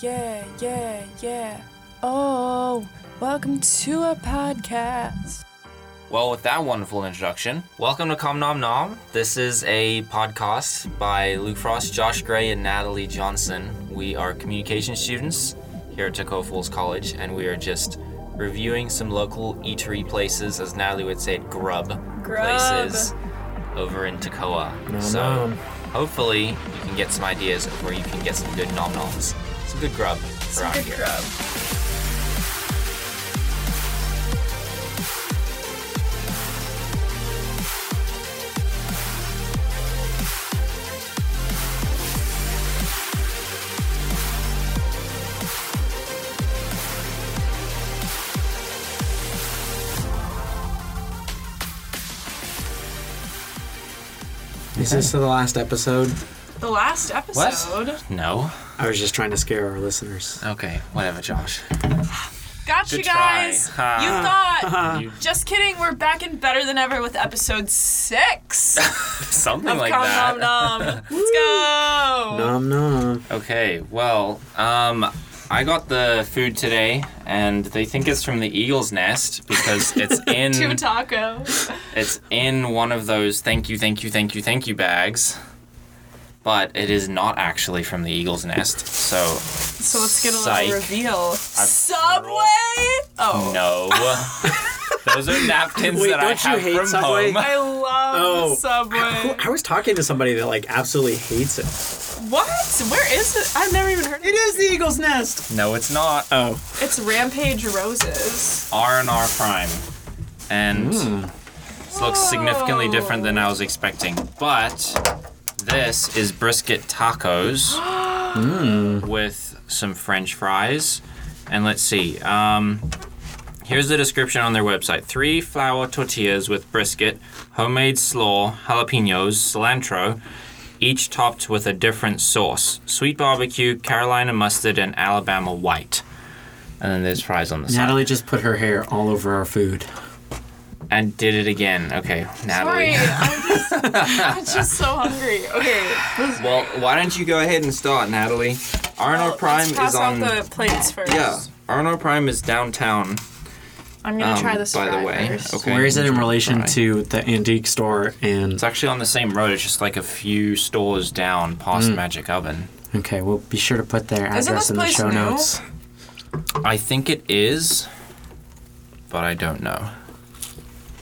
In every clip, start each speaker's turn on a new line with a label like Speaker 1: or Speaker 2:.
Speaker 1: Yeah, yeah, yeah. Oh, welcome to a podcast.
Speaker 2: Well, with that wonderful introduction, welcome to Com Nom Nom. This is a podcast by Luke Frost, Josh Gray, and Natalie Johnson. We are communication students here at Tocco Falls College, and we are just reviewing some local eatery places, as Natalie would say, grub, places over in Toccoa. so
Speaker 3: nom.
Speaker 2: hopefully you can get some ideas of where you can get some good nom noms, some good grub around here.
Speaker 3: Is this the last episode?
Speaker 4: The last episode.
Speaker 2: No.
Speaker 3: I was just trying to scare our listeners.
Speaker 2: Okay. Whatever, Josh.
Speaker 4: Got
Speaker 2: Good
Speaker 4: you
Speaker 2: try. Ah.
Speaker 4: guys.
Speaker 2: Ha.
Speaker 4: You thought. Just kidding. We're back and better than ever with episode six
Speaker 2: Something
Speaker 4: of
Speaker 2: like
Speaker 4: Com
Speaker 2: that.
Speaker 4: Nom Nom. Let's go.
Speaker 3: Nom nom.
Speaker 2: Okay, well, um, I got the food today, and they think it's from the eagle's nest because it's
Speaker 4: To a
Speaker 2: in
Speaker 4: taco.
Speaker 2: it's in one of those thank you, thank you, thank you, thank you bags. But it is not actually from the eagle's nest, so
Speaker 4: So let's get a
Speaker 2: Psych.
Speaker 4: little reveal. Subway. Oh.
Speaker 2: no. Those are napkins
Speaker 3: Wait,
Speaker 2: that I
Speaker 3: don't you
Speaker 2: have
Speaker 3: hate
Speaker 2: from
Speaker 3: Subway?
Speaker 2: home.
Speaker 4: I love
Speaker 3: Oh.
Speaker 4: Subway.
Speaker 3: I was talking to somebody that like absolutely hates it.
Speaker 4: What? Where is it? I've never even heard of it.
Speaker 3: is the eagle's nest.
Speaker 2: No, it's not.
Speaker 3: Oh,
Speaker 4: It's Rampage Roses.
Speaker 2: R and R Prime, and this looks significantly
Speaker 4: Whoa.
Speaker 2: different than I was expecting. But this is brisket tacos with some French fries, and let's see. Um, here's the description on their website: three flour tortillas with brisket, homemade slaw, jalapenos, cilantro. Each topped with a different sauce: sweet barbecue, Carolina mustard, and Alabama white. And then there's fries on the side
Speaker 3: Natalie just put her hair all over our food.
Speaker 2: and did it again. Okay,
Speaker 4: Sorry,
Speaker 2: Natalie.
Speaker 4: I'm just, I'm just so hungry. Okay,
Speaker 2: Well, why don't you go ahead and start, Natalie? Arnold Prime
Speaker 4: let's pass
Speaker 2: is on.
Speaker 4: out the plates first.
Speaker 2: Yeah, Arnold Prime is downtown.
Speaker 4: I'm gonna
Speaker 2: um,
Speaker 4: try this
Speaker 2: by the
Speaker 4: fry
Speaker 2: way.
Speaker 4: first.
Speaker 2: Okay.
Speaker 3: Where is it in relation
Speaker 2: Right.
Speaker 3: to the antique store? And
Speaker 2: It's actually on the same road. It's just like a few stores down
Speaker 3: Hmm.
Speaker 2: past Magic Oven.
Speaker 3: okay, we'll be sure to put their
Speaker 4: Isn't
Speaker 3: address
Speaker 4: this
Speaker 3: in the
Speaker 4: place
Speaker 3: show
Speaker 4: new?
Speaker 3: notes.
Speaker 2: I think it is, but I don't know.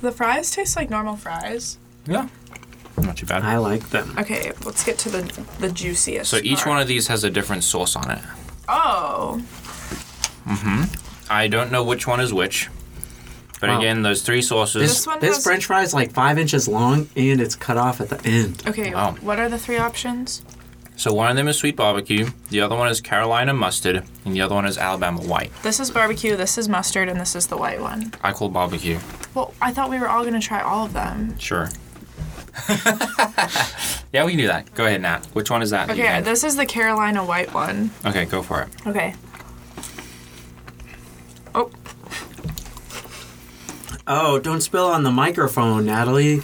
Speaker 4: The fries taste like normal fries.
Speaker 2: Yeah. Not too bad.
Speaker 3: I like them.
Speaker 4: Okay, let's get to the the juiciest.
Speaker 2: so each one of these has a different sauce on it.
Speaker 4: Oh,
Speaker 2: I don't know which one is which. But
Speaker 3: Wow.
Speaker 2: again, those three sauces.
Speaker 4: This one
Speaker 3: this
Speaker 4: has-
Speaker 3: French fry is like five inches long and it's cut off at the end.
Speaker 4: okay.
Speaker 2: Wow.
Speaker 4: What are the three options?
Speaker 2: So one of them is sweet barbecue, the other one is Carolina mustard, and the other one is Alabama white.
Speaker 4: This is barbecue. This is mustard, and this is the white one.
Speaker 2: I call barbecue.
Speaker 4: Well, I thought we were all gonna try all of them.
Speaker 2: Sure. yeah, we can do that. Go ahead, Nat. Which one is that? that you
Speaker 4: Okay,
Speaker 2: think?
Speaker 4: this is the Carolina white one.
Speaker 2: okay, go for it.
Speaker 4: Okay. Oh,
Speaker 3: Oh, don't spill on the microphone, Natalie.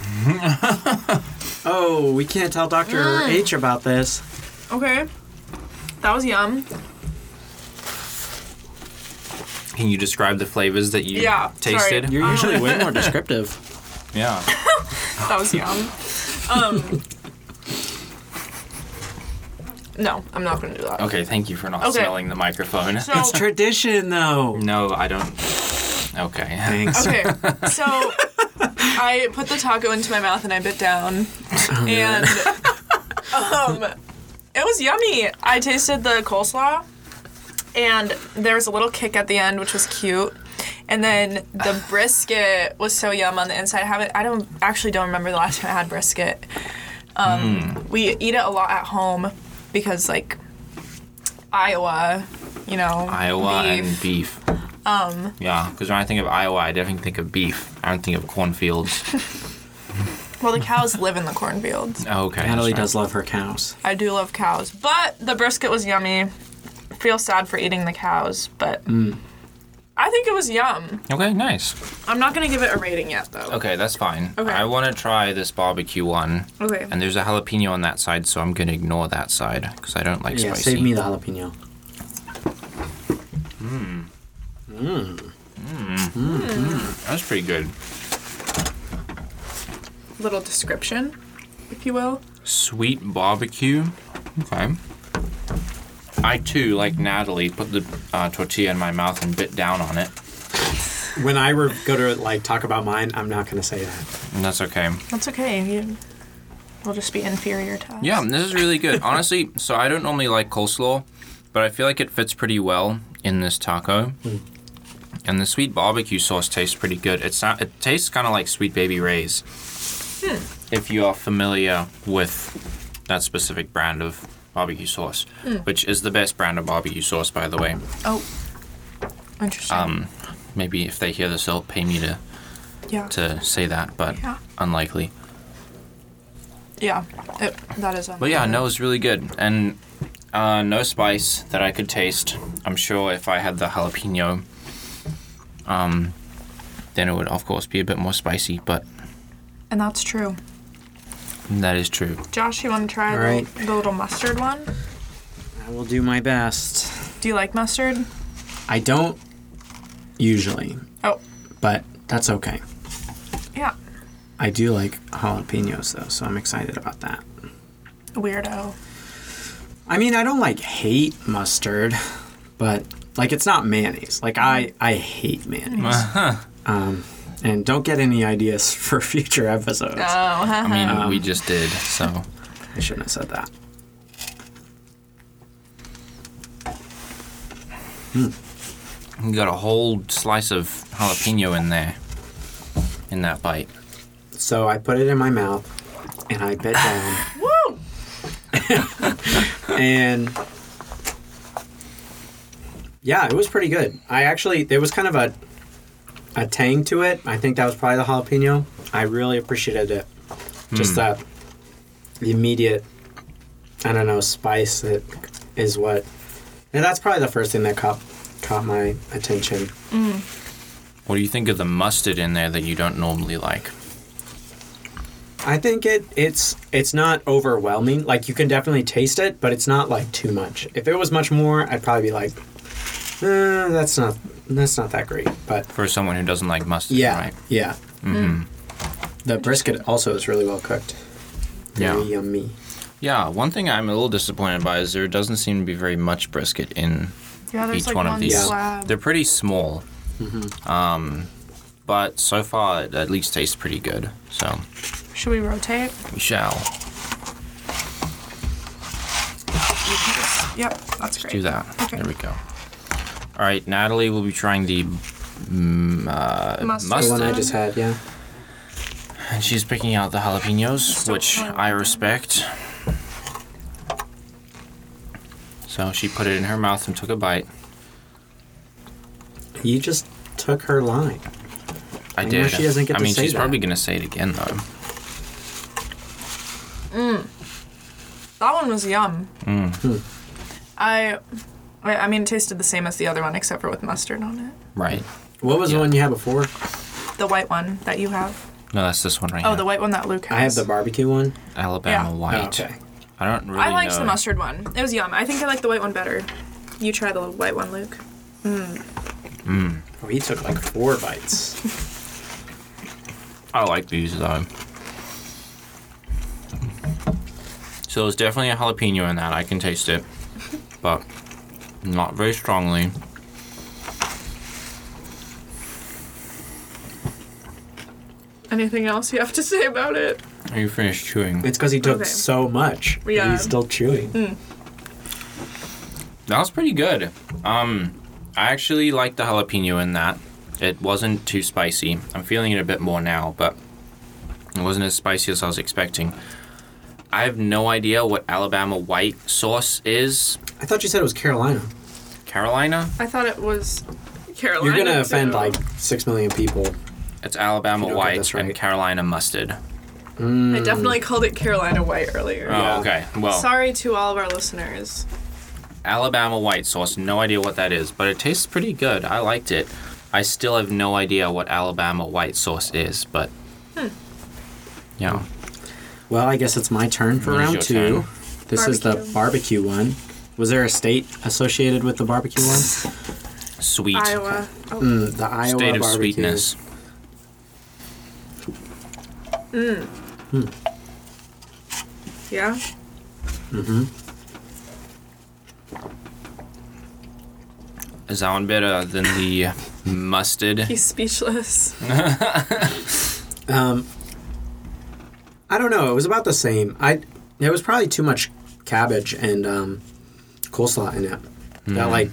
Speaker 3: oh, we can't tell Dr.
Speaker 4: Mm.
Speaker 3: H about this.
Speaker 4: okay. That was yum.
Speaker 2: Can you describe the flavors that you
Speaker 4: Yeah, sorry.
Speaker 2: tasted?
Speaker 3: You're usually way more descriptive.
Speaker 2: Yeah.
Speaker 4: That was yum. Um. No, I'm not gonna do that.
Speaker 2: Okay, thank you for not
Speaker 4: Okay.
Speaker 2: smelling the microphone.
Speaker 4: So
Speaker 3: It's tradition, though.
Speaker 2: no, I don't. Okay.
Speaker 3: Thanks.
Speaker 4: Okay, so I put the taco into my mouth and I bit down,
Speaker 2: Oh,
Speaker 4: and um, it was yummy. I tasted the coleslaw, and there was a little kick at the end, which was cute. And then the brisket was so yum on the inside. I haven't, I don't actually don't remember the last time I had brisket. Um,
Speaker 2: Hmm.
Speaker 4: We eat it a lot at home because like Iowa, you know,
Speaker 2: Iowa
Speaker 4: beef.
Speaker 2: and beef. Um. Yeah, because when I think of Iowa, I definitely think of beef. I don't think of cornfields.
Speaker 4: well, the cows live in the cornfields.
Speaker 2: Oh, okay.
Speaker 3: Natalie
Speaker 2: that's right.
Speaker 3: does love her cows.
Speaker 4: I do love cows, but the brisket was yummy. Feel sad for eating the cows, but
Speaker 2: Mm.
Speaker 4: I think it was yum.
Speaker 2: Okay, nice.
Speaker 4: I'm not gonna give it a rating yet, though.
Speaker 2: Okay, that's fine.
Speaker 4: Okay.
Speaker 2: I want to try this barbecue one.
Speaker 4: Okay.
Speaker 2: And there's a jalapeno on that side, so I'm gonna ignore that side because I don't like
Speaker 3: Yeah,
Speaker 2: spicy.
Speaker 3: save me the jalapeno.
Speaker 2: That's pretty good.
Speaker 4: Little description, if you will.
Speaker 2: Sweet barbecue. Okay. I too, like Natalie, put the uh, tortilla in my mouth and bit down on it.
Speaker 3: When I re- go to like talk about mine, I'm not gonna say that.
Speaker 2: And that's okay.
Speaker 4: That's okay. You, we'll just be inferior to us.
Speaker 2: Yeah, this is really good. Honestly, so I don't normally like coleslaw, but I feel like it fits pretty well in this taco. And the sweet barbecue sauce tastes pretty good. It's not, it tastes kind of like sweet baby Ray's. If you are familiar with that specific brand of barbecue sauce, which is the best brand of barbecue sauce, by the way.
Speaker 4: Oh. Interesting.
Speaker 2: Um, maybe if they hear this, they'll pay me to,
Speaker 4: yeah.
Speaker 2: to say that, but
Speaker 4: Yeah.
Speaker 2: unlikely.
Speaker 4: yeah. It, that is.
Speaker 2: But yeah, no, it's really good, and uh, no spice that I could taste. I'm sure if I had the jalapeno, um, then it would of course be a bit more spicy. But
Speaker 4: And that's true.
Speaker 2: that is true.
Speaker 4: Josh, you want to try
Speaker 3: All
Speaker 4: the,
Speaker 3: right.
Speaker 4: the little mustard one?
Speaker 3: I will do my best.
Speaker 4: Do you like mustard?
Speaker 3: I don't usually,
Speaker 4: Oh,
Speaker 3: but that's okay.
Speaker 4: yeah.
Speaker 3: I do like jalapenos though, so I'm excited about that.
Speaker 4: Weirdo.
Speaker 3: I mean, I don't like hate mustard, but like it's not mayonnaise. Like I, I hate mayonnaise. Um, and don't get any ideas for future episodes.
Speaker 4: Oh, haha.
Speaker 2: I mean, we just did, so
Speaker 3: I shouldn't have said that.
Speaker 2: you got a whole slice of jalapeno in there, in that bite.
Speaker 3: So I put it in my mouth, and I bit down,
Speaker 4: Woo!
Speaker 3: and yeah, it was pretty good. I actually there was kind of a a tang to it. I think that was probably the jalapeno. I really appreciated it. Just that the immediate, I don't know, spice that is what. And that's probably the first thing that caught caught my attention.
Speaker 2: What do you think of the mustard in there that you don't normally like?
Speaker 3: I think it it's it's not overwhelming. Like you can definitely taste it, but it's not like too much. If it was much more, I'd probably be like, eh, that's not that's not that great. But
Speaker 2: For someone who doesn't like mustard,
Speaker 3: yeah,
Speaker 2: right? Mm-hmm.
Speaker 3: yeah. The brisket also is really well cooked. Very
Speaker 2: Yeah.
Speaker 3: yummy.
Speaker 2: Yeah, one thing I'm a little disappointed by is there doesn't seem to be very much brisket in
Speaker 4: Yeah, there's
Speaker 2: each
Speaker 4: like
Speaker 2: one,
Speaker 4: one,
Speaker 2: of these.
Speaker 4: slab.
Speaker 2: They're pretty small,
Speaker 3: Mm-hmm.
Speaker 2: um, but so far it at least tastes pretty good. So
Speaker 4: Should we rotate?
Speaker 2: we shall
Speaker 4: Yep, that's great.
Speaker 2: do that.
Speaker 4: Okay.
Speaker 2: There we go. All right, Natalie will be trying the mm, uh,
Speaker 4: Mustard.
Speaker 2: mustard,
Speaker 3: The one I just had, yeah.
Speaker 2: and she's picking out the jalapenos,
Speaker 4: Still
Speaker 2: which
Speaker 4: fine.
Speaker 2: I respect. So she put it in her mouth and took a bite.
Speaker 3: You just took her line.
Speaker 2: I
Speaker 3: know
Speaker 2: did.
Speaker 3: she doesn't get
Speaker 2: I
Speaker 3: to
Speaker 2: mean,
Speaker 3: say
Speaker 2: she's
Speaker 3: that.
Speaker 2: probably gonna say it again though.
Speaker 4: That one was yum.
Speaker 2: Mm.
Speaker 3: Hmm.
Speaker 4: I, I I mean, it tasted the same as the other one, except for with mustard on it.
Speaker 2: Right.
Speaker 3: What was
Speaker 2: Yeah.
Speaker 3: the one you had before?
Speaker 4: The white one that you have.
Speaker 2: No, that's this one right
Speaker 4: Oh,
Speaker 2: here.
Speaker 4: the white one that Luke has.
Speaker 3: I have the barbecue one.
Speaker 2: Alabama
Speaker 4: Yeah. Oh,
Speaker 2: white.
Speaker 3: Oh, okay.
Speaker 2: I don't really
Speaker 4: I liked
Speaker 2: know.
Speaker 4: the mustard one. It was yum. I think I like the white one better. You try the white one, Luke.
Speaker 3: Oh, he took like four bites.
Speaker 2: I like these though. So there's definitely a jalapeno in that. I can taste it, but not very strongly.
Speaker 4: Anything else you have to say about it?
Speaker 2: Are you finished chewing?
Speaker 3: It's because he took
Speaker 4: Okay.
Speaker 3: so much.
Speaker 4: Yeah.
Speaker 3: He's still chewing.
Speaker 2: That was pretty good. Um, I actually like the jalapeno in that. It wasn't too spicy. I'm feeling it a bit more now, but it wasn't as spicy as I was expecting. I have no idea what Alabama white sauce is.
Speaker 3: I thought you said it was Carolina.
Speaker 2: Carolina?
Speaker 4: I thought it was Carolina.
Speaker 3: You're gonna offend
Speaker 4: too.
Speaker 3: like six million people.
Speaker 2: It's Alabama
Speaker 3: You don't get
Speaker 2: white
Speaker 3: this
Speaker 2: and
Speaker 3: right.
Speaker 2: Carolina mustard.
Speaker 3: mm.
Speaker 4: I definitely called it Carolina White earlier.
Speaker 2: Oh,
Speaker 3: Yeah.
Speaker 2: okay. Well,
Speaker 4: Sorry to all of our listeners.
Speaker 2: Alabama white sauce. No idea what that is, but it tastes pretty good. I liked it. I still have no idea what Alabama white sauce is, but
Speaker 4: Hmm.
Speaker 2: yeah,
Speaker 3: Well, I guess it's my turn for
Speaker 2: It is
Speaker 3: round
Speaker 2: your
Speaker 3: two.
Speaker 2: turn.
Speaker 3: This is the barbecue one. Was there a state associated with the barbecue one?
Speaker 2: sweet
Speaker 4: Iowa. Oh,
Speaker 3: Mm, the Iowa
Speaker 2: state of
Speaker 3: barbecue.
Speaker 2: sweetness.
Speaker 4: yeah.
Speaker 2: Is that one better than the mustard?
Speaker 4: He's speechless.
Speaker 3: Um, I don't know. It was about the same. I there was probably too much cabbage and um, coleslaw in it.
Speaker 2: Hmm.
Speaker 3: That like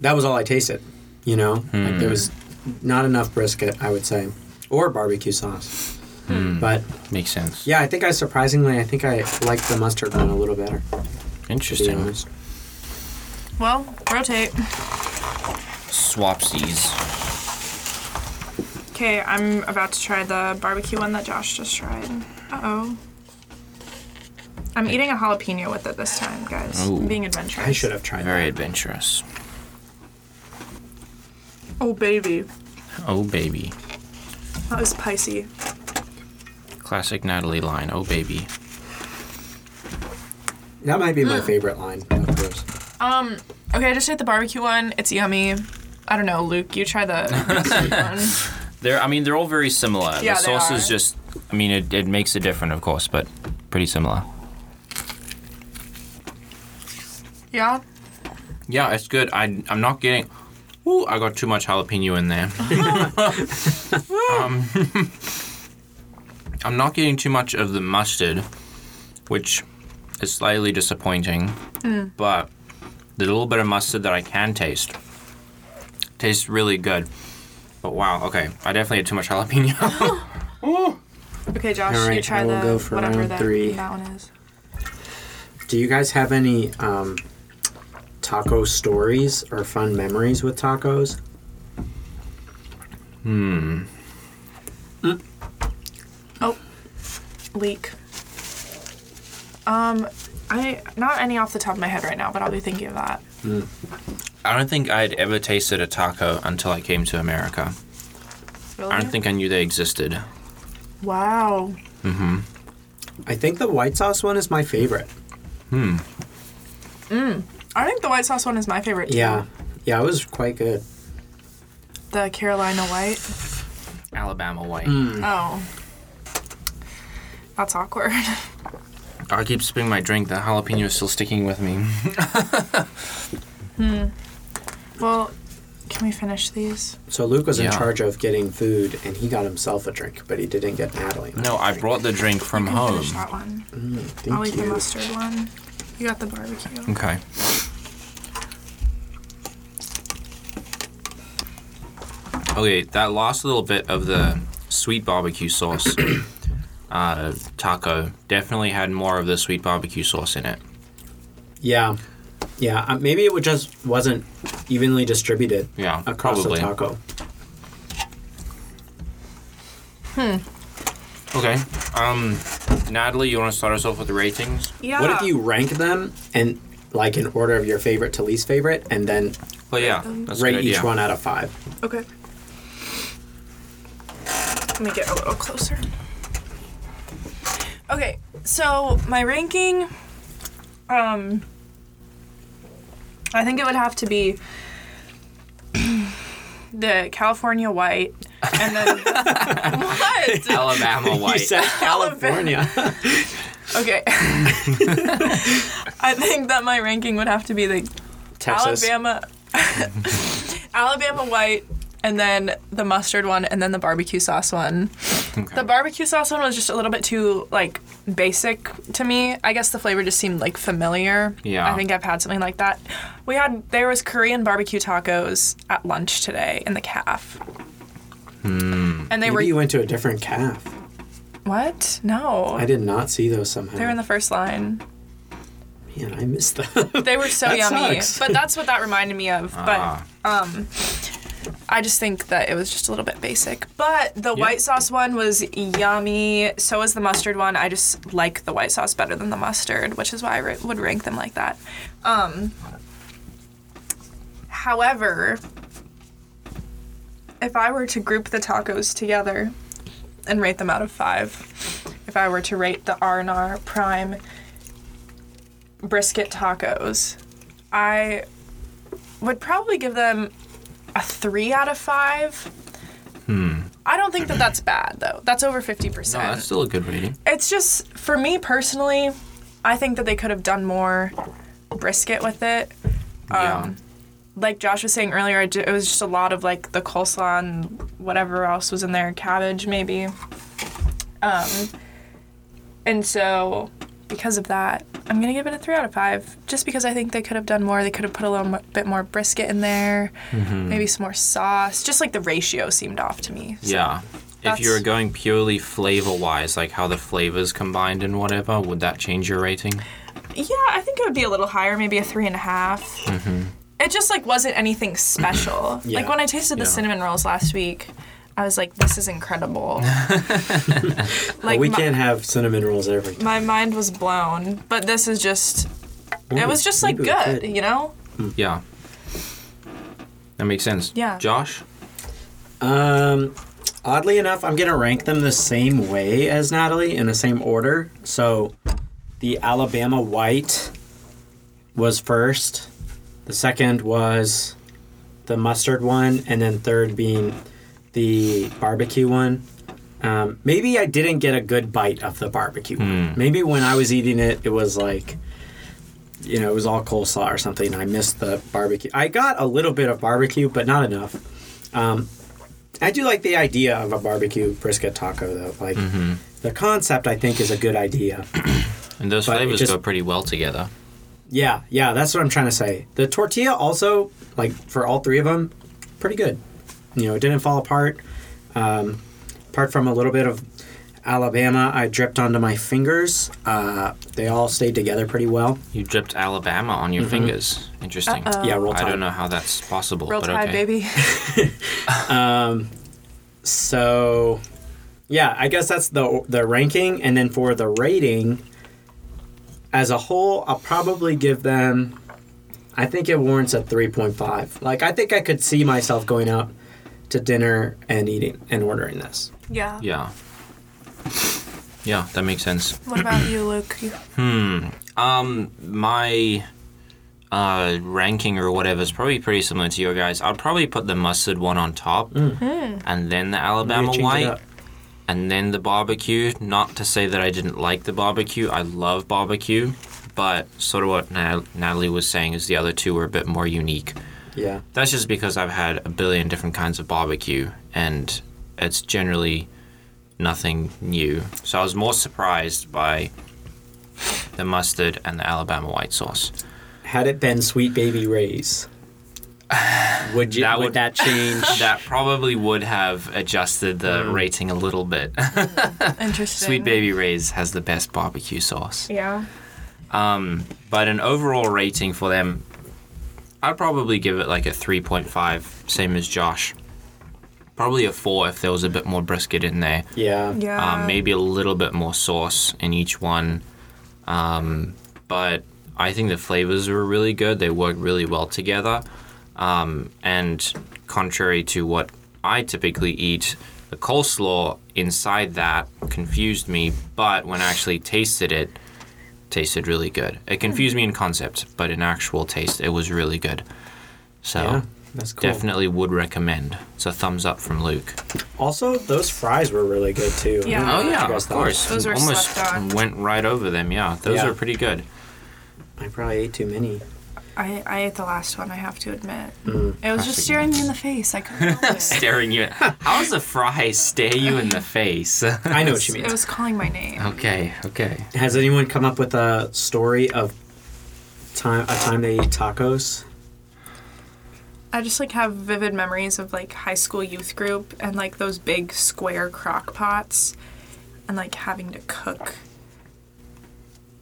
Speaker 3: that was all I tasted. You know, like
Speaker 2: Hmm.
Speaker 3: there was not enough brisket, I would say, or barbecue sauce.
Speaker 2: Hmm.
Speaker 3: But
Speaker 2: Makes sense.
Speaker 3: yeah, I think I surprisingly, I think I liked the mustard one a little better. To be
Speaker 2: Interesting.
Speaker 3: honest.
Speaker 4: Well, rotate.
Speaker 2: Swapsies.
Speaker 4: Okay, I'm about to try the barbecue one that Josh just tried. Uh oh. I'm eating a jalapeno with it this time, guys. I'm
Speaker 2: Ooh.
Speaker 4: being adventurous.
Speaker 3: Oh. I should have tried.
Speaker 2: Very adventurous.
Speaker 4: Oh baby,
Speaker 2: Oh baby.
Speaker 4: that was picey.
Speaker 2: Classic Natalie line. Oh baby.
Speaker 3: That. that might be
Speaker 2: Mm.
Speaker 3: my favorite line. Of course.
Speaker 4: Um. Okay, I just ate the barbecue one. It's yummy. I don't know, Luke. You try the sweet one.
Speaker 2: They're I mean they're all very similar.
Speaker 4: Yeah,
Speaker 2: the
Speaker 4: they
Speaker 2: sauce is
Speaker 4: are.
Speaker 2: just I mean it, it makes it different of course, but pretty similar.
Speaker 4: Yeah.
Speaker 2: Yeah, it's good. I I'm not getting Ooh, I got too much jalapeno in there. um, I'm not getting too much of the mustard, which is slightly disappointing. But the little bit of mustard that I can taste tastes really good. But wow, okay, I definitely had too much jalapeno.
Speaker 4: Okay, Josh,
Speaker 3: All
Speaker 4: you
Speaker 3: right,
Speaker 4: try
Speaker 3: I will
Speaker 4: the
Speaker 3: go for
Speaker 4: whatever
Speaker 3: round
Speaker 4: that,
Speaker 3: three.
Speaker 4: that one is.
Speaker 3: Do you guys have any um, taco stories or fun memories with tacos?
Speaker 4: Oh, leak. Um, I not any off the top of my head right now, but I'll be thinking of that.
Speaker 2: I don't think I'd ever tasted a taco until I came to America.
Speaker 4: Really?
Speaker 2: I don't think I knew they existed.
Speaker 4: Wow.
Speaker 3: I think the white sauce one is my favorite.
Speaker 4: I think the white sauce one is my favorite. Too.
Speaker 3: Yeah. Yeah, it was quite good.
Speaker 4: The Carolina white.
Speaker 2: Alabama white.
Speaker 4: Oh. That's awkward.
Speaker 2: I keep spilling my drink. The jalapeno is still sticking with me.
Speaker 4: well, can we finish these?
Speaker 3: So Luke was in
Speaker 2: Yeah.
Speaker 3: charge of getting food and he got himself a drink, but he didn't get Natalie.
Speaker 2: No, I brought the drink from
Speaker 4: Can
Speaker 2: home.
Speaker 4: Finish
Speaker 3: Um,
Speaker 4: that one.
Speaker 3: Thank
Speaker 4: I'll eat the
Speaker 3: you.
Speaker 4: mustard one. You got the barbecue.
Speaker 2: Okay. Okay, that last little bit of the sweet barbecue sauce uh, taco definitely had more of the sweet barbecue sauce in it.
Speaker 3: Yeah. Yeah. Uh, maybe it would just wasn't evenly distributed
Speaker 2: Yeah,
Speaker 3: across
Speaker 2: probably.
Speaker 3: the taco.
Speaker 2: Okay. Um, Natalie, you want to start us off with the ratings?
Speaker 4: Yeah.
Speaker 3: What if you rank them and like in order of your favorite to least favorite and then
Speaker 2: Well, yeah, that's a
Speaker 3: Um, rate
Speaker 2: good
Speaker 3: each
Speaker 2: idea.
Speaker 3: one out of five?
Speaker 4: Okay. Let me get a little closer. Okay, so my ranking, um, I think it would have to be the California white, and then what?
Speaker 2: Alabama
Speaker 3: You
Speaker 2: white.
Speaker 3: said California.
Speaker 4: Okay, I think that my ranking would have to be the
Speaker 3: Texas.
Speaker 4: Alabama, Alabama white, and then the mustard one, and then the barbecue sauce one.
Speaker 2: Okay.
Speaker 4: The barbecue sauce one was just a little bit too like basic to me. I guess the flavor just seemed like familiar.
Speaker 2: Yeah.
Speaker 4: I think I've had something like that. We had there was Korean barbecue tacos at lunch today in the calf. And they
Speaker 3: Maybe
Speaker 4: were
Speaker 3: you went to a different calf.
Speaker 4: what? No.
Speaker 3: I did not see those somehow.
Speaker 4: they were in the first line.
Speaker 3: Man, I missed that.
Speaker 4: They were so
Speaker 3: That
Speaker 4: yummy.
Speaker 3: sucks.
Speaker 4: But that's what that reminded me of.
Speaker 2: Ah.
Speaker 4: But um I just think that it was just a little bit basic. But the white sauce one was yummy. So was the mustard one. I just like the white sauce better than the mustard, which is why I ra- would rank them like that. Um However, if I were to group the tacos together and rate them out of 5, if I were to rate the R&R prime brisket tacos. I would probably give them a three out of five. Hmm. I don't think that that's bad though. That's over fifty
Speaker 2: No,
Speaker 4: percent.
Speaker 2: that's still a good rating.
Speaker 4: it's just for me personally, I think that they could have done more brisket with it.
Speaker 3: Um,
Speaker 2: yeah.
Speaker 4: Like Josh was saying earlier, it ju- it was just a lot of like the coleslaw and whatever else was in there, cabbage maybe. Um, and so because of that, I'm gonna give it a three out of five. Just because I think they could have done more, they could have put a little mo- bit more brisket in there, maybe some more sauce. Just like the ratio seemed off to me. So-
Speaker 2: Yeah. If you
Speaker 4: that's-
Speaker 2: were going purely flavor wise, like how the flavors combined and whatever, would that change your rating?
Speaker 4: Yeah, I think it would be a little higher, maybe a three and a half. It just like wasn't anything special.
Speaker 3: Yeah.
Speaker 4: Like when I tasted the
Speaker 2: Yeah.
Speaker 4: cinnamon rolls last week, I was like, "This is incredible." like
Speaker 3: we
Speaker 4: my,
Speaker 3: can't have cinnamon rolls every time.
Speaker 4: my mind was blown, but this is just. It was just like
Speaker 3: Maybe we
Speaker 4: good,
Speaker 3: could.
Speaker 4: you know.
Speaker 2: Yeah. That makes sense.
Speaker 4: Yeah.
Speaker 2: Josh?
Speaker 3: Um, oddly enough, I'm gonna rank them the same way as Natalie in the same order. So, the Alabama White was first. The second was the mustard one, and then third being the barbecue one. Um, maybe I didn't get a good bite of the barbecue. one. Maybe when I was eating it, it was like, you know, it was all coleslaw or something. And I missed the barbecue. I got a little bit of barbecue, but not enough. Um, I do like the idea of a barbecue brisket taco, though. Like the concept, I think, is a good idea.
Speaker 2: And those
Speaker 3: But it
Speaker 2: flavors
Speaker 3: just-
Speaker 2: go pretty well together.
Speaker 3: Yeah, yeah, that's what I'm trying to say. The tortilla also, like for all three of them, pretty good. You know, it didn't fall apart. Um, apart from a little bit of Alabama, I dripped onto my fingers. Uh, they all stayed together pretty well.
Speaker 2: You dripped Alabama on your fingers. Interesting.
Speaker 3: Mm-hmm. yeah, roll
Speaker 2: I
Speaker 3: tide.
Speaker 2: don't know how that's possible,
Speaker 4: Roll
Speaker 2: but
Speaker 4: Tide,
Speaker 2: okay.
Speaker 4: baby.
Speaker 3: So, yeah, I guess that's the the ranking, and then for the rating as a whole, I'll probably give them. I think it warrants a three point five. Like I think I could see myself going out to dinner and eating and ordering this.
Speaker 4: yeah.
Speaker 2: Yeah. Yeah, that makes sense.
Speaker 4: What about you, Luke? You-
Speaker 2: Um, my uh, ranking or whatever is probably pretty similar to your guys. I'd probably put the mustard one on top,
Speaker 4: Hmm.
Speaker 2: and then the Alabama
Speaker 3: Mm. Change it
Speaker 2: white,
Speaker 3: up.
Speaker 2: and then the barbecue. Not to say that I didn't like the barbecue. I love barbecue, but sort of what Nat- Natalie was saying is the other two were a bit more unique.
Speaker 3: Yeah,
Speaker 2: That's just because I've had a billion different kinds of barbecue, and it's generally nothing new. So I was more surprised by the mustard and the Alabama white sauce.
Speaker 3: had it been Sweet Baby Ray's, would you?
Speaker 2: That
Speaker 3: would,
Speaker 2: would-
Speaker 3: that change?
Speaker 2: That probably would have adjusted the rating a little bit.
Speaker 4: Interesting.
Speaker 2: Sweet Baby Ray's has the best barbecue sauce.
Speaker 4: Yeah.
Speaker 2: Um, but an overall rating for them, I'd probably give it like a 3.5, same as Josh. Probably a 4 if there was a bit more brisket in there.
Speaker 3: yeah.
Speaker 4: Yeah.
Speaker 2: um, maybe a little bit more sauce in each one. Um, but I think the flavors were really good. They worked really well together. Um, and contrary to what I typically eat, the coleslaw inside that confused me, but when I actually tasted it, tasted really good. It confused me in concept, but in actual taste, it was really good. So
Speaker 3: Yeah, Oh, that's cool.
Speaker 2: definitely would recommend. It's a thumbs up from Luke.
Speaker 3: Also, those fries were really good too. I
Speaker 4: Yeah.
Speaker 3: don't know
Speaker 2: Oh
Speaker 3: if you
Speaker 2: yeah,
Speaker 3: guys
Speaker 2: of
Speaker 3: thought.
Speaker 2: course.
Speaker 4: Those were
Speaker 2: Almost
Speaker 4: slept on.
Speaker 2: went right over them. Yeah, those
Speaker 3: Yeah.
Speaker 2: are pretty good.
Speaker 3: I probably ate too many.
Speaker 4: I, I ate the last one. I have to admit, it was just
Speaker 2: Classic
Speaker 4: staring me in the face. I couldn't. help it.
Speaker 2: Staring you. How does a fry stare you in the face?
Speaker 3: I know what you mean.
Speaker 4: It was calling my name.
Speaker 2: okay, okay.
Speaker 3: Has anyone come up with a story of time a time they ate tacos?
Speaker 4: I just like have vivid memories of like high school youth group and like those big square crock pots and like having to cook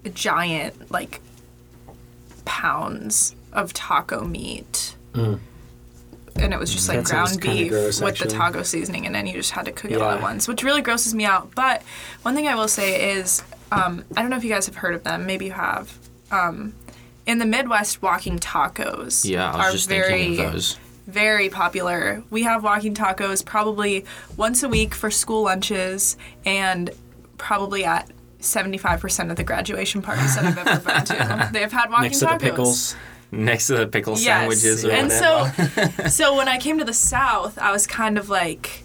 Speaker 4: a giant like pounds of taco meat.
Speaker 2: Mm.
Speaker 4: And it was just like
Speaker 3: That sounds
Speaker 4: ground
Speaker 3: kinda
Speaker 4: beef
Speaker 3: gross,
Speaker 4: with the
Speaker 3: actually.
Speaker 4: taco seasoning, and then you just had to cook it all at
Speaker 3: Yeah.
Speaker 4: once, which really grosses me out. But one thing I will say is um, I don't know if you guys have heard of them, maybe you have. Um, in the Midwest, walking tacos
Speaker 2: Yeah, I was
Speaker 4: are
Speaker 2: just
Speaker 4: very
Speaker 2: thinking of those.
Speaker 4: very popular. We have walking tacos probably once a week for school lunches and probably at 75% of the graduation parties that I've ever been to. They've had walking
Speaker 3: Next to
Speaker 4: tacos.
Speaker 3: the pickles.
Speaker 2: next to the pickle
Speaker 4: Yes.
Speaker 2: sandwiches or
Speaker 4: and
Speaker 2: whatever.
Speaker 4: so so when I came to the South, I was kind of like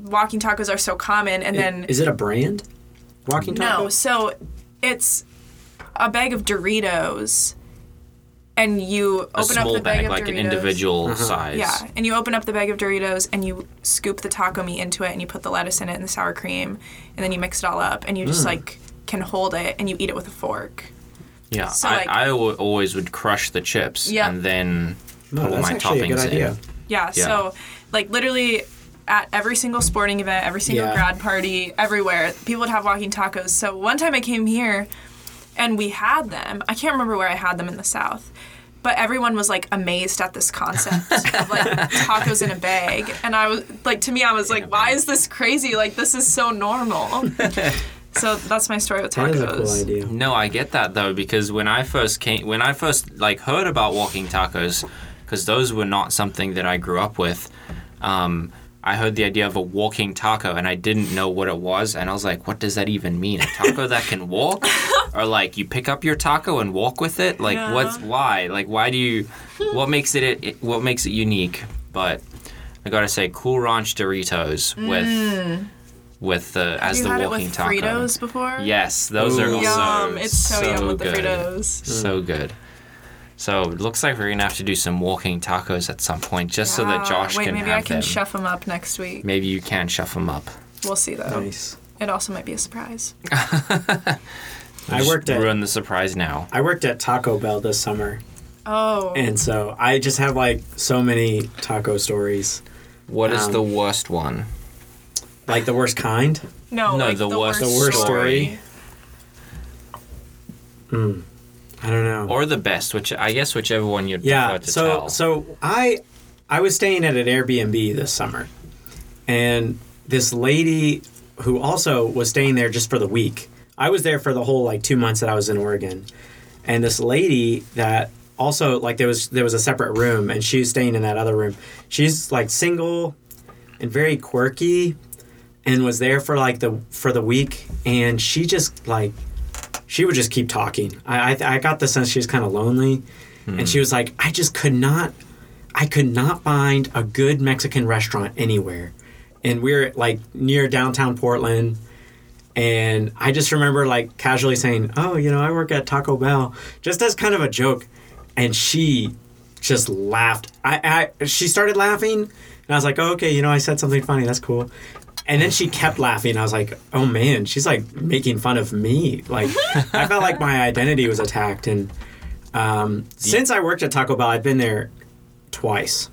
Speaker 4: walking tacos are so common and then
Speaker 3: is it a brand? Walking
Speaker 4: no,
Speaker 3: taco?
Speaker 4: so it's a bag of Doritos and you open
Speaker 2: a
Speaker 4: up
Speaker 2: small
Speaker 4: the bag,
Speaker 2: bag,
Speaker 4: of
Speaker 2: like an
Speaker 4: Doritos.
Speaker 2: individual size.
Speaker 4: Yeah, and you open up the bag of Doritos and you scoop the taco meat into it and you put the lettuce in it and the sour cream and then you mix it all up and you just like can hold it and you eat it with a fork.
Speaker 2: Yeah,
Speaker 4: So,
Speaker 2: I,
Speaker 4: like-
Speaker 2: I al- always would crush the chips
Speaker 4: Yeah.
Speaker 2: and then
Speaker 3: No,
Speaker 2: put all
Speaker 3: that's
Speaker 2: my
Speaker 3: actually
Speaker 2: toppings
Speaker 3: a good
Speaker 2: in.
Speaker 3: idea.
Speaker 4: Yeah,
Speaker 2: Yeah.
Speaker 4: so like literally at every single sporting event, every single
Speaker 3: Yeah.
Speaker 4: grad party, everywhere, people would have walking tacos. So one time I came here and we had them. I can't remember where I had them in the South. But everyone was like amazed at this concept of like tacos in a bag. And I was like, to me, I was like, why is this crazy? Like, this is so normal. so that's my story with
Speaker 3: That
Speaker 4: tacos.
Speaker 3: is a cool idea.
Speaker 2: No, I get that though because when I first came, when I first like heard about walking tacos, because those were not something that I grew up with. Um, I heard the idea of a walking taco and I didn't know what it was, and I was like, "What does that even mean? A taco that can walk, or like you pick up your taco and walk with it? Like
Speaker 4: Yeah.
Speaker 2: what's why? Like why do you? What makes it, it? What makes it unique? But I gotta say, Cool Ranch Doritos with with the as
Speaker 4: Mm. Have you
Speaker 2: the
Speaker 4: had it
Speaker 2: walking
Speaker 4: with
Speaker 2: taco.
Speaker 4: Fritos before?
Speaker 2: Yes, those are
Speaker 3: Ooh. Mm.
Speaker 2: also
Speaker 4: Yum. It's so, yum with
Speaker 2: good.
Speaker 4: the Fritos.
Speaker 2: So good. So it looks like we're gonna have to do some walking tacos at some point, just so that
Speaker 4: Yeah.
Speaker 2: Josh
Speaker 4: Ah, Wait,
Speaker 2: can
Speaker 4: maybe
Speaker 2: have
Speaker 4: I can
Speaker 2: them.
Speaker 4: chef them up next week.
Speaker 2: maybe you can shove them up.
Speaker 4: We'll see though.
Speaker 3: Nice.
Speaker 4: It also might be a surprise.
Speaker 3: I
Speaker 2: Just
Speaker 3: worked at
Speaker 2: ruin the surprise now.
Speaker 3: I worked at Taco Bell this summer,
Speaker 4: Oh,
Speaker 3: and so I just have like so many taco stories.
Speaker 2: What is
Speaker 3: Um,
Speaker 2: the worst one?
Speaker 3: Like the worst kind.
Speaker 4: no,
Speaker 2: no,
Speaker 4: like
Speaker 2: the
Speaker 4: the,
Speaker 2: worst-
Speaker 4: worst,
Speaker 2: the
Speaker 3: worst
Speaker 4: story.
Speaker 3: story. I don't know.
Speaker 2: Or the best, which I guess whichever one you'd
Speaker 3: yeah.
Speaker 2: prefer to
Speaker 3: So
Speaker 2: tell.
Speaker 3: so I I was staying at an Airbnb this summer, and this lady who also was staying there just for the week. I was there for the whole like two months that I was in Oregon, and this lady that also like there was there was a separate room and she was staying in that other room. She's like single and very quirky and was there for like the for the week and she just like she would just keep talking i i, I got the sense she was kind of lonely and she was like i just could not i could not find a good mexican restaurant anywhere and we we're like near downtown portland and i just remember like casually saying oh you know i work at taco bell just as kind of a joke and she just laughed i, I she started laughing and i was like oh, okay you know i said something funny that's cool and then she kept laughing. I was like, "Oh man, she's like making fun of me." Like, I felt like my identity was attacked. And um, since I worked at Taco Bell, I've been there twice,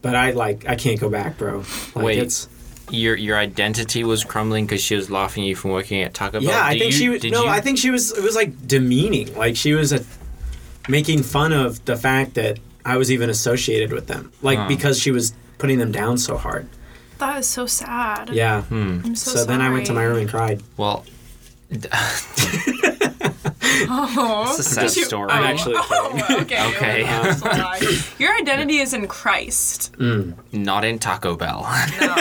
Speaker 3: but I like I can't go back, bro. Like,
Speaker 2: Wait.
Speaker 3: it's,
Speaker 2: your your identity was crumbling because she was laughing at you from working at Taco Bell.
Speaker 3: yeah, I
Speaker 2: Oh, Did
Speaker 3: think
Speaker 2: you-
Speaker 3: she was.
Speaker 2: did
Speaker 3: No,
Speaker 2: you-
Speaker 3: I think she was. It was like demeaning. Like she was a, making fun of the fact that I was even associated with them. Like
Speaker 2: Huh.
Speaker 3: because she was putting them down so hard.
Speaker 4: That is so sad.
Speaker 3: Yeah.
Speaker 2: Hmm.
Speaker 4: I'm so,
Speaker 3: So, then I went to my
Speaker 4: sorry.
Speaker 3: room and cried.
Speaker 2: Well,
Speaker 4: Oh.
Speaker 2: it's a sad
Speaker 4: Did you-
Speaker 2: story.
Speaker 4: oh,
Speaker 3: actually
Speaker 4: oh, okay.
Speaker 2: Okay. Mm.
Speaker 4: well, that's a lie. Your identity is in Christ.
Speaker 2: Not in Taco Bell.
Speaker 4: No,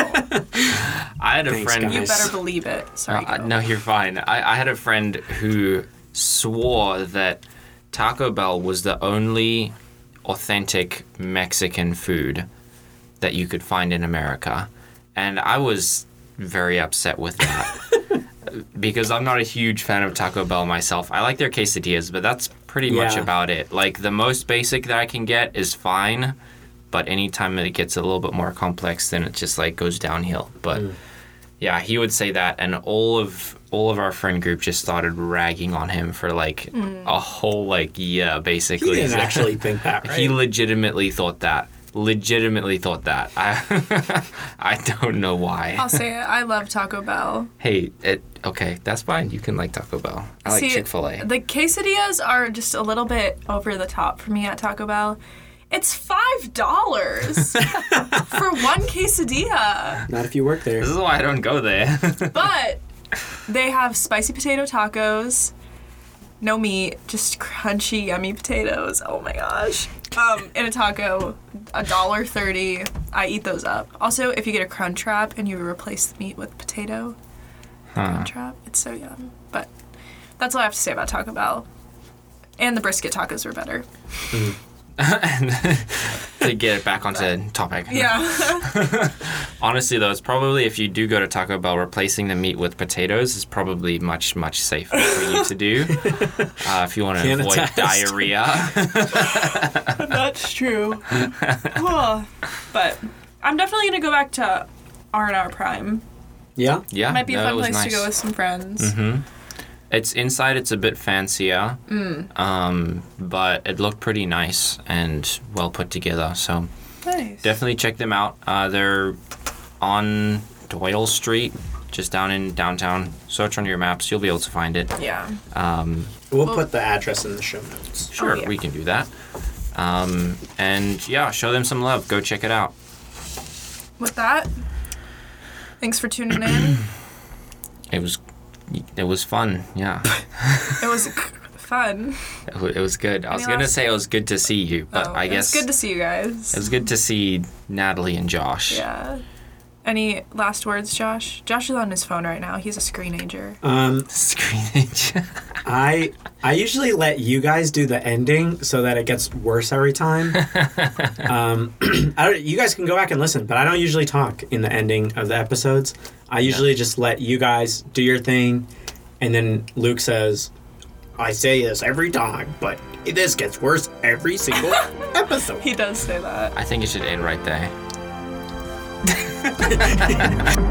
Speaker 2: I had a
Speaker 3: Thanks,
Speaker 2: friend.
Speaker 3: guys.
Speaker 4: you
Speaker 3: Nice.
Speaker 4: better believe it. Sorry.
Speaker 2: Uh,
Speaker 4: go.
Speaker 2: no, you're fine. I, I had a friend who swore that Taco Bell was the only authentic Mexican food that you could find in America. And I was very upset with that because I'm not a huge fan of Taco Bell myself. I like their quesadillas, but that's pretty much
Speaker 3: Yeah.
Speaker 2: about it. Like the most basic that I can get is fine, but anytime it gets a little bit more complex, then it just like goes downhill. But
Speaker 3: Mm.
Speaker 2: yeah, he would say that, and all of all of our friend group just started ragging on him for like
Speaker 4: Mm.
Speaker 2: a whole like yeah,
Speaker 3: He
Speaker 2: basically.
Speaker 3: didn't actually think that. Right?
Speaker 2: He legitimately thought that. Legitimately thought that. I I don't know why.
Speaker 4: I'll say it. I love Taco Bell.
Speaker 2: Hey, it, okay, that's fine. You can like Taco Bell. I like
Speaker 4: See,
Speaker 2: Chick Fil A.
Speaker 4: The quesadillas are just a little bit over the top for me at Taco Bell. It's five dollars for one quesadilla.
Speaker 3: Not if you work there.
Speaker 2: This is why I don't go there.
Speaker 4: But they have spicy potato tacos, no meat, just crunchy, yummy potatoes. Oh my gosh. Um, in a taco, a dollar thirty. I eat those up. Also, if you get a crunch wrap and you replace the meat with potato, crunch wrap, it's so yum. But that's all I have to say about Taco Bell. And the brisket tacos were better.
Speaker 2: to get it back onto topic.
Speaker 4: Yeah.
Speaker 2: Honestly, though, it's probably if you do go to Taco Bell, replacing the meat with potatoes is probably much, much safer for you to do uh, if you want to
Speaker 3: Can
Speaker 2: avoid
Speaker 3: attest.
Speaker 2: diarrhea.
Speaker 4: That's true. cool. But I'm definitely gonna go back to R and R Prime.
Speaker 3: Yeah.
Speaker 2: yeah,
Speaker 4: Might be a
Speaker 2: Ah, no, it
Speaker 4: fun
Speaker 2: was
Speaker 4: place to
Speaker 2: nice. Mm-hmm.
Speaker 4: go with some friends.
Speaker 2: It's inside. It's a bit fancier,
Speaker 4: Mm.
Speaker 2: um, but it looked pretty nice and well put together. So
Speaker 4: Nice.
Speaker 2: definitely check them out. Uh, they're on Doyle Street, just down in downtown. Search on your maps; you'll be able to find it.
Speaker 4: Yeah.
Speaker 2: Um,
Speaker 3: We'll put the address in the show notes.
Speaker 2: sure,
Speaker 4: Oh, yeah.
Speaker 2: we can do that. Um, and yeah, show them some love. Go check it out.
Speaker 4: With that, thanks for tuning in.
Speaker 2: It was, it was fun. Yeah,
Speaker 4: it was fun.
Speaker 2: it, wa- it was good. I was
Speaker 4: Any
Speaker 2: gonna
Speaker 4: last-
Speaker 2: say it was good to see you, but
Speaker 4: Oh,
Speaker 2: I guess
Speaker 4: it's good to see you guys.
Speaker 2: it was good to see Natalie and Josh.
Speaker 4: Yeah. Any last words, Josh? Josh is on his phone right now. He's a screenager.
Speaker 2: Uh.
Speaker 3: Um,
Speaker 2: Screening.
Speaker 3: I I usually let you guys do the ending so that it gets worse every time. um, I don't, you guys can go back and listen, but I don't usually talk in the ending of the episodes. I usually just let you guys do your thing, and then Luke says, "I say this every time, but this gets worse every single episode."
Speaker 4: He does say that.
Speaker 2: I think it should end right there.